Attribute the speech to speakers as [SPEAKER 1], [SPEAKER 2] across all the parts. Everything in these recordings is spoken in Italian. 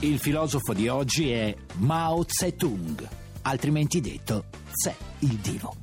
[SPEAKER 1] Il filosofo di oggi è Mao Zedong, altrimenti detto Tse il Dio.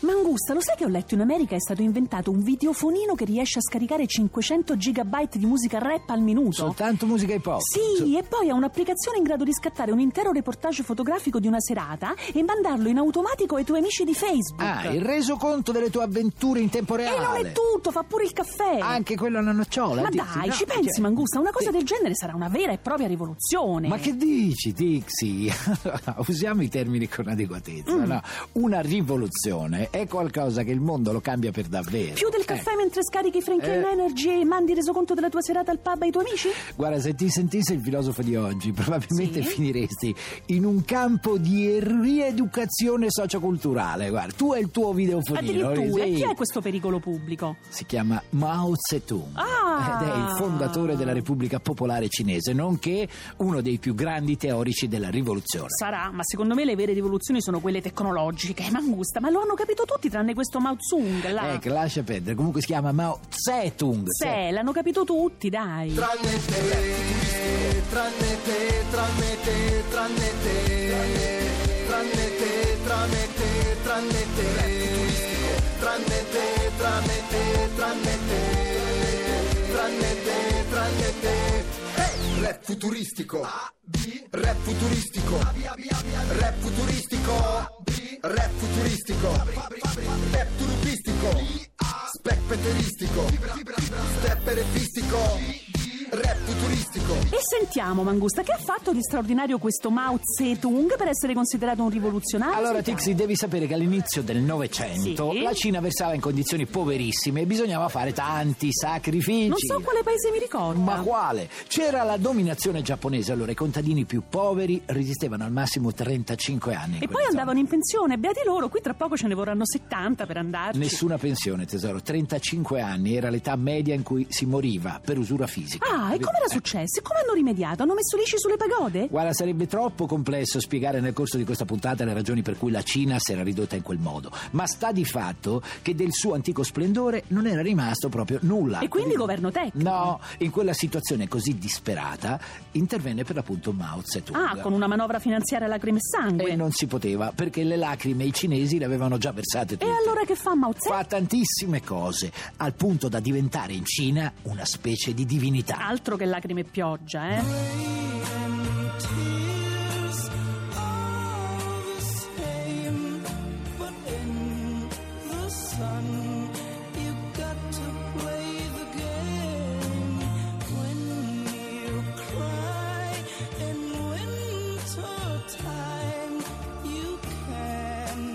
[SPEAKER 2] Mangusta, lo sai che ho letto in America è stato inventato un videofonino che riesce a scaricare 500 gigabyte di musica rap al minuto?
[SPEAKER 1] Soltanto musica hip hop.
[SPEAKER 2] Sì, e poi ha un'applicazione in grado di scattare un intero reportage fotografico di una serata e mandarlo in automatico ai tuoi amici di Facebook.
[SPEAKER 1] Ah, il resoconto delle tue avventure in tempo
[SPEAKER 2] E
[SPEAKER 1] reale.
[SPEAKER 2] non è tutto, fa pure il caffè.
[SPEAKER 1] Anche quello è una nocciola.
[SPEAKER 2] Ma
[SPEAKER 1] Dixie,
[SPEAKER 2] dai,
[SPEAKER 1] no,
[SPEAKER 2] ci pensi,
[SPEAKER 1] cioè-
[SPEAKER 2] Mangusta? Una cosa
[SPEAKER 1] Sì.
[SPEAKER 2] del genere sarà una vera e propria rivoluzione.
[SPEAKER 1] Ma che dici, Dixie? Usiamo i termini con adeguatezza,
[SPEAKER 2] Mm.
[SPEAKER 1] no? Una rivoluzione è qualcosa che il mondo lo cambia per davvero.
[SPEAKER 2] Più del caffè mentre scarichi Franklin
[SPEAKER 1] Eh.
[SPEAKER 2] Energy e mandi il resoconto della tua serata al pub ai tuoi amici?
[SPEAKER 1] Eh, guarda, se ti sentissi il filosofo di oggi, probabilmente
[SPEAKER 2] Sì.
[SPEAKER 1] finiresti in un campo di rieducazione socioculturale. Guarda, tu e il tuo videofonino.
[SPEAKER 2] Addirittura,
[SPEAKER 1] eh,
[SPEAKER 2] e
[SPEAKER 1] sì.
[SPEAKER 2] chi è questo pericolo pubblico?
[SPEAKER 1] Si chiama Mao Zedong
[SPEAKER 2] Ah!
[SPEAKER 1] ed è il fondatore della Repubblica Popolare Cinese, nonché uno dei più grandi teorici della rivoluzione.
[SPEAKER 2] Sarà, ma secondo me le vere rivoluzioni sono quelle tecnologiche, Mangusta, ma lo hanno capito tutti tranne questo Mao Zung là.
[SPEAKER 1] Ecco, lascia perdere. Comunque si chiama Mao Zedong. Zedong.
[SPEAKER 2] Sì, l'hanno capito tutti, dai.
[SPEAKER 3] Tranne te, tranne te, tranne te, tranne te, tranne te, tranne te, tranne te, tranne te, tranne te, tranne te, tranne te, tranne te. Hey! Rap futuristico, rap futuristico, rap futuristico, rap futuristico, rap turupistico, specpeteristico, stepperefistico, rap futuristico.
[SPEAKER 2] E sentiamo, Mangusta, che ha fatto di straordinario questo Mao Zedong per essere considerato un rivoluzionario?
[SPEAKER 1] Allora,
[SPEAKER 2] Spiegami.
[SPEAKER 1] Tixi, devi sapere che all'inizio del Novecento
[SPEAKER 2] Sì.
[SPEAKER 1] la Cina versava in condizioni poverissime e bisognava fare tanti sacrifici.
[SPEAKER 2] Non so quale paese mi ricorda.
[SPEAKER 1] Ma quale? C'era la dominazione giapponese, allora i contadini più poveri resistevano al massimo 35 anni. in
[SPEAKER 2] E
[SPEAKER 1] quelle
[SPEAKER 2] poi
[SPEAKER 1] zone.
[SPEAKER 2] andavano in pensione, beati loro, qui tra poco ce ne vorranno 70 per andarci.
[SPEAKER 1] Nessuna pensione, tesoro. 35 anni era l'età media in cui si moriva per usura fisica.
[SPEAKER 2] Ah, e
[SPEAKER 1] Capito?
[SPEAKER 2] com'era
[SPEAKER 1] Eh.
[SPEAKER 2] successo? E come hanno rimediato? Hanno messo lisci sulle pagode?
[SPEAKER 1] Guarda, sarebbe troppo complesso spiegare nel corso di questa puntata le ragioni per cui la Cina si era ridotta in quel modo, ma sta di fatto che del suo antico splendore non era rimasto proprio nulla.
[SPEAKER 2] E quindi governo tecnico?
[SPEAKER 1] No, in quella situazione così disperata intervenne per l'appunto Mao Zedong.
[SPEAKER 2] Ah, con una manovra finanziaria a lacrime e sangue.
[SPEAKER 1] E non si poteva, perché le lacrime i cinesi le avevano già versate
[SPEAKER 2] E
[SPEAKER 1] tutte.
[SPEAKER 2] allora che fa Mao Zedong?
[SPEAKER 1] Fa tantissime cose, al punto da diventare in Cina una specie di divinità.
[SPEAKER 2] Altro che lacrime e pioggia, eh?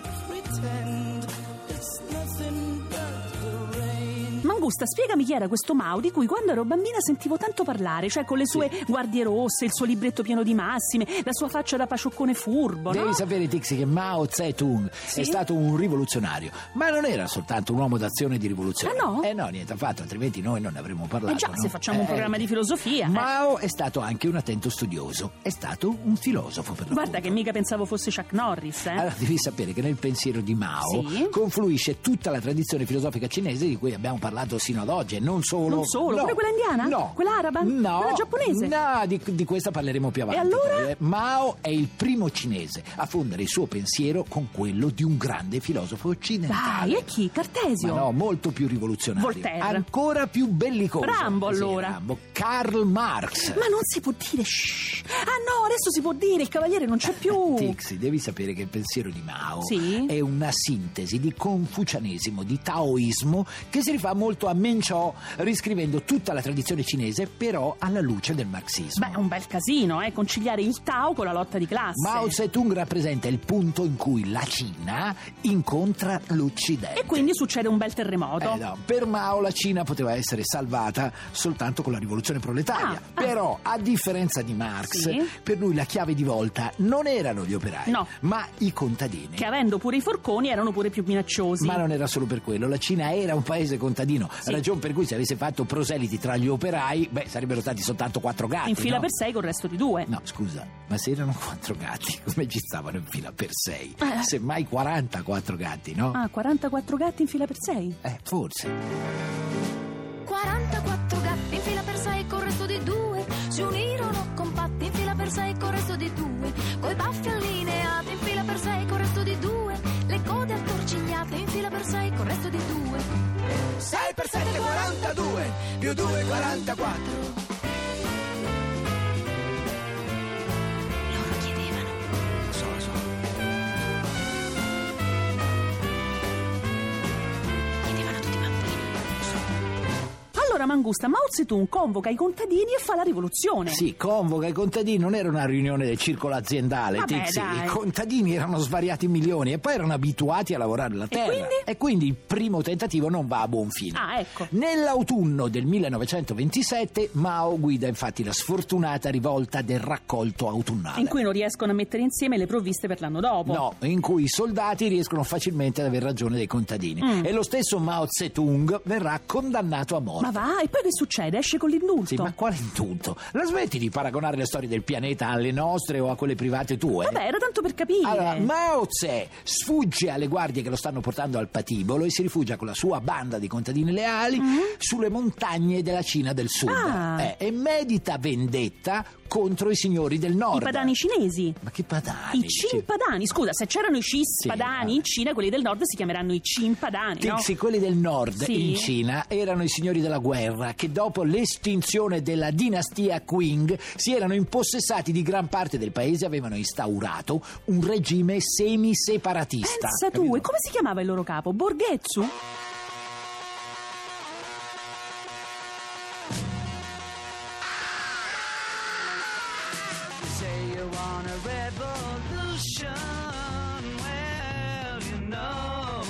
[SPEAKER 4] Pretend it's nothing but the rain.
[SPEAKER 2] Mangusta, spiegami chi era questo Mao di cui quando ero bambina sentivo tanto parlare, cioè con le sue guardie rosse, il suo libretto pieno di massime, la sua faccia da pacioccone furbo,
[SPEAKER 1] Devi
[SPEAKER 2] no?
[SPEAKER 1] sapere, Tixi, che Mao Zedong
[SPEAKER 2] Sì?
[SPEAKER 1] è stato un rivoluzionario, ma non era soltanto un uomo d'azione e di rivoluzione.
[SPEAKER 2] Ah, no?
[SPEAKER 1] Eh no, niente affatto, altrimenti noi non ne avremmo parlato.
[SPEAKER 2] Eh già,
[SPEAKER 1] no?
[SPEAKER 2] se facciamo un
[SPEAKER 1] Eh,
[SPEAKER 2] programma di filosofia. eh.
[SPEAKER 1] Mao è stato anche un attento studioso, è stato un filosofo per
[SPEAKER 2] Guarda che
[SPEAKER 1] l'appunto.
[SPEAKER 2] mica pensavo fosse Chuck Norris, eh?
[SPEAKER 1] Allora devi sapere che nel pensiero di Mao
[SPEAKER 2] Sì?
[SPEAKER 1] confluisce tutta la tradizione filosofica cinese di cui abbiamo parlato sino ad oggi e non solo...
[SPEAKER 2] Non solo,
[SPEAKER 1] no,
[SPEAKER 2] pure quella indiana?
[SPEAKER 1] No.
[SPEAKER 2] Quella araba?
[SPEAKER 1] No.
[SPEAKER 2] Quella giapponese?
[SPEAKER 1] No, di, di questa parleremo più avanti.
[SPEAKER 2] allora?
[SPEAKER 1] Eh, Mao è il primo cinese a fondere il suo pensiero con quello di un grande filosofo occidentale.
[SPEAKER 2] Dai, e chi? Cartesio?
[SPEAKER 1] Ma no, molto più rivoluzionario.
[SPEAKER 2] Voltaire.
[SPEAKER 1] Ancora più bellicoso.
[SPEAKER 2] Rambo,
[SPEAKER 1] Eh sì,
[SPEAKER 2] allora.
[SPEAKER 1] Rambo. Karl Marx.
[SPEAKER 2] Ma non si può dire shh. Ah no, adesso si può dire, il cavaliere non c'è più.
[SPEAKER 1] Tixi, devi sapere che il pensiero di Mao
[SPEAKER 2] Uh. Sì?
[SPEAKER 1] è una sintesi di confucianesimo, di taoismo, che si rifà molto a Menchò, riscrivendo tutta la tradizione cinese, però alla luce del marxismo.
[SPEAKER 2] Beh, è un bel casino, eh, conciliare il Tao con la lotta di classe.
[SPEAKER 1] Mao Zedong rappresenta il punto in cui la Cina incontra l'Occidente.
[SPEAKER 2] E quindi succede un bel terremoto.
[SPEAKER 1] Eh no, per Mao la Cina poteva essere salvata soltanto con la rivoluzione proletaria.
[SPEAKER 2] Ah, ah.
[SPEAKER 1] Però, a differenza di Marx,
[SPEAKER 2] Sì.
[SPEAKER 1] per lui la chiave di volta non erano gli operai,
[SPEAKER 2] No.
[SPEAKER 1] ma i contadini.
[SPEAKER 2] Che avendo pure i forconi erano pure più minacciosi.
[SPEAKER 1] Ma non era solo per quello, la Cina era un paese contadino,
[SPEAKER 2] Sì.
[SPEAKER 1] ragion per cui se avesse fatto proseliti tra gli operai, beh, sarebbero stati soltanto quattro gatti.
[SPEAKER 2] in fila
[SPEAKER 1] no?
[SPEAKER 2] per sei col resto di due.
[SPEAKER 1] No, scusa, ma se erano quattro gatti, come ci stavano in fila per sei? Semmai 44 gatti, no?
[SPEAKER 2] Eh. Ah, 44 gatti in fila per sei?
[SPEAKER 1] Eh, forse.
[SPEAKER 5] 44 gatti in fila per sei col resto di due si unirono compatti in fila per sei col resto di due coi baffi allineati in fila per sei col resto di due le code attorcigliate in fila per sei col resto di due
[SPEAKER 3] 6 per 7 42 più 2 44
[SPEAKER 5] loro chiedevano
[SPEAKER 1] So, so.
[SPEAKER 5] chiedevano a tutti i bambini
[SPEAKER 2] Allora Mangusta, Mao Zedong convoca i contadini e fa la rivoluzione.
[SPEAKER 1] Sì, convoca i contadini, non era una riunione del circolo aziendale,
[SPEAKER 2] Vabbè,
[SPEAKER 1] tizi.
[SPEAKER 2] dai.
[SPEAKER 1] I contadini erano svariati in milioni e poi erano abituati a lavorare la terra.
[SPEAKER 2] quindi?
[SPEAKER 1] E quindi il primo tentativo non va a buon fine.
[SPEAKER 2] Ah, ecco.
[SPEAKER 1] Nell'autunno del 1927 Mao guida infatti la sfortunata rivolta del raccolto autunnale.
[SPEAKER 2] In cui non riescono a mettere insieme le provviste per l'anno dopo.
[SPEAKER 1] No, in cui i soldati riescono facilmente ad aver ragione dei contadini.
[SPEAKER 2] Mm.
[SPEAKER 1] E lo stesso Mao Zedong verrà condannato a morte.
[SPEAKER 2] Ma va, e poi che succede? Esce con l'indulto.
[SPEAKER 1] Sì, ma quale indulto? La smetti di paragonare le storie del pianeta alle nostre o a quelle private tue?
[SPEAKER 2] Vabbè, era tanto per capire.
[SPEAKER 1] Allora, Mao Tse sfugge alle guardie che lo stanno portando al patibolo e si rifugia con la sua banda di contadini leali sulle montagne della Cina del Sud
[SPEAKER 2] Mm-hmm. Ah.
[SPEAKER 1] Eh, e medita vendetta contro i signori del
[SPEAKER 2] I
[SPEAKER 1] Nord.
[SPEAKER 2] padani cinesi.
[SPEAKER 1] Ma che padani?
[SPEAKER 2] I cimpadani, scusa, se c'erano i cispadani
[SPEAKER 1] Ah, Sì, eh.
[SPEAKER 2] in Cina, quelli del nord si chiameranno i cimpadani, no?
[SPEAKER 1] Tizi, quelli del nord
[SPEAKER 2] Sì.
[SPEAKER 1] in Cina erano i signori della guerra che dopo l'estinzione della dinastia Qing si erano impossessati di gran parte del paese e avevano instaurato un regime semiseparatista.
[SPEAKER 2] Pensa tu,
[SPEAKER 1] capito?
[SPEAKER 2] e come si chiamava il loro capo? Borghezzu?
[SPEAKER 4] Say you want a revolution. Well, you know,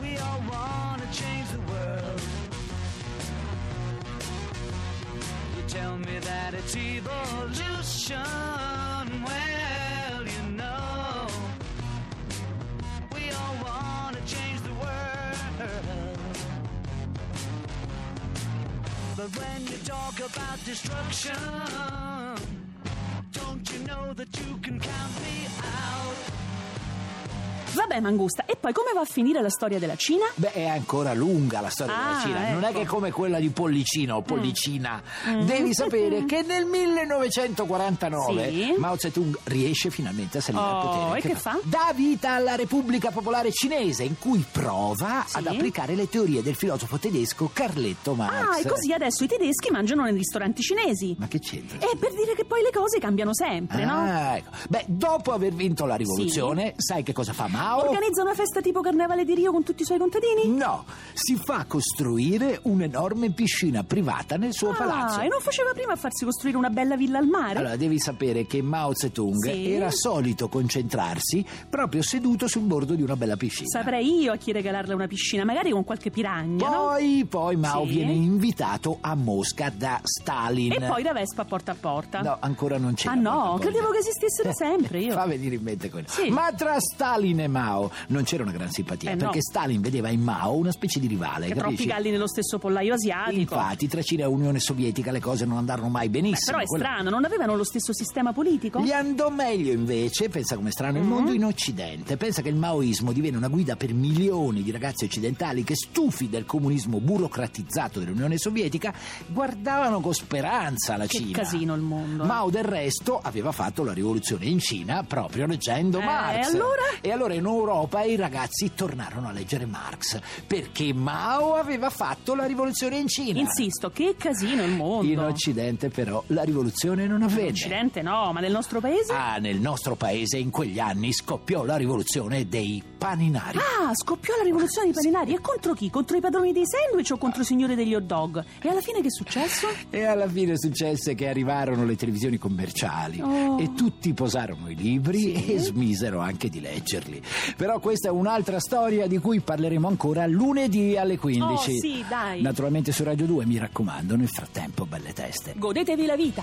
[SPEAKER 4] we all want to change the world. You tell me that it's evolution. Well, you know, we all want to change the world. But when you talk about destruction, don't you know that you can count me out?
[SPEAKER 2] Vabbè, Mangusta, e poi come va a finire la storia della Cina?
[SPEAKER 1] Beh, è ancora lunga la storia della
[SPEAKER 2] Ah,
[SPEAKER 1] Cina, non
[SPEAKER 2] ecco.
[SPEAKER 1] è
[SPEAKER 2] Mm. Mm-hmm.
[SPEAKER 1] che è come quella di Pollicino o Pollicina. Devi sapere che nel 1949
[SPEAKER 2] Sì.
[SPEAKER 1] Mao Zedong riesce finalmente a salire al
[SPEAKER 2] Oh,
[SPEAKER 1] potere.
[SPEAKER 2] e che fa?
[SPEAKER 1] Dà vita alla Repubblica Popolare Cinese, in cui prova
[SPEAKER 2] Sì.
[SPEAKER 1] ad applicare le teorie del filosofo tedesco Carletto Marx.
[SPEAKER 2] Ah, e così adesso i tedeschi mangiano nei ristoranti cinesi.
[SPEAKER 1] Ma che c'entra?
[SPEAKER 2] E per dire che poi le cose cambiano sempre, Eh, no?
[SPEAKER 1] Ah, ecco. Beh, dopo aver vinto la rivoluzione, sai che cosa fa Mao?
[SPEAKER 2] Organizza una festa tipo Carnevale di Rio con tutti i suoi contadini?
[SPEAKER 1] No, si fa costruire un'enorme piscina privata nel suo palazzo.
[SPEAKER 2] Ah, e non faceva prima a farsi costruire una bella villa al mare?
[SPEAKER 1] Allora, devi sapere che Mao Zedong
[SPEAKER 2] Eh? Sì.
[SPEAKER 1] era solito concentrarsi proprio seduto sul bordo di una bella piscina.
[SPEAKER 2] Saprei io a chi regalarle una piscina, magari con qualche piragna, no?
[SPEAKER 1] Poi, poi Mao
[SPEAKER 2] Sì.
[SPEAKER 1] viene invitato a Mosca da Stalin.
[SPEAKER 2] E poi da Vespa porta a porta.
[SPEAKER 1] No, ancora non c'è.
[SPEAKER 2] ah
[SPEAKER 1] la
[SPEAKER 2] no,
[SPEAKER 1] porta
[SPEAKER 2] credevo che esistessero sempre io.
[SPEAKER 1] Eh, Fa venire in mente quello.
[SPEAKER 2] Sì.
[SPEAKER 1] Ma tra Stalin e Mao non c'era una gran simpatia,
[SPEAKER 2] Eh, no.
[SPEAKER 1] perché Stalin vedeva in Mao una specie di rivale,
[SPEAKER 2] Che
[SPEAKER 1] capisci?
[SPEAKER 2] troppi galli nello stesso pollaio asiatico.
[SPEAKER 1] Infatti, tra Cina e Unione Sovietica le cose non andarono mai
[SPEAKER 2] Beh,
[SPEAKER 1] benissimo.
[SPEAKER 2] però è
[SPEAKER 1] Quello-
[SPEAKER 2] strano, non avevano lo stesso sistema politico?
[SPEAKER 1] Gli andò meglio invece, pensa come strano il
[SPEAKER 2] Mm.
[SPEAKER 1] mondo, in Occidente. Pensa che il maoismo diviene una guida per milioni di ragazzi occidentali che, stufi del comunismo burocratizzato dell'Unione Sovietica, guardavano con speranza la
[SPEAKER 2] Che
[SPEAKER 1] Cina.
[SPEAKER 2] casino il mondo. eh.
[SPEAKER 1] Mao del resto aveva fatto la rivoluzione in Cina proprio leggendo
[SPEAKER 2] Eh,
[SPEAKER 1] Marx.
[SPEAKER 2] e allora?
[SPEAKER 1] E allora in Europa e i ragazzi tornarono a leggere Marx perché Mao aveva fatto la rivoluzione in Cina.
[SPEAKER 2] Insisto, che casino il mondo.
[SPEAKER 1] In Occidente però la rivoluzione non
[SPEAKER 2] In
[SPEAKER 1] avvenne.
[SPEAKER 2] Occidente no, ma nel nostro paese?
[SPEAKER 1] Ah, nel nostro paese in quegli anni scoppiò la rivoluzione dei paninari.
[SPEAKER 2] Ah, scoppiò la rivoluzione dei paninari. E contro chi? Contro i padroni dei sandwich o contro i signori degli hot dog? E alla fine che è successo?
[SPEAKER 1] E alla fine successe che arrivarono le televisioni commerciali
[SPEAKER 2] Oh.
[SPEAKER 1] e tutti posarono i libri e smisero anche di leggerli. Però questa è un'altra storia di cui parleremo ancora lunedì alle 15.
[SPEAKER 2] Oh, sì, dai.
[SPEAKER 1] Naturalmente su Radio 2, mi raccomando, nel frattempo belle teste.
[SPEAKER 2] Godetevi la vita.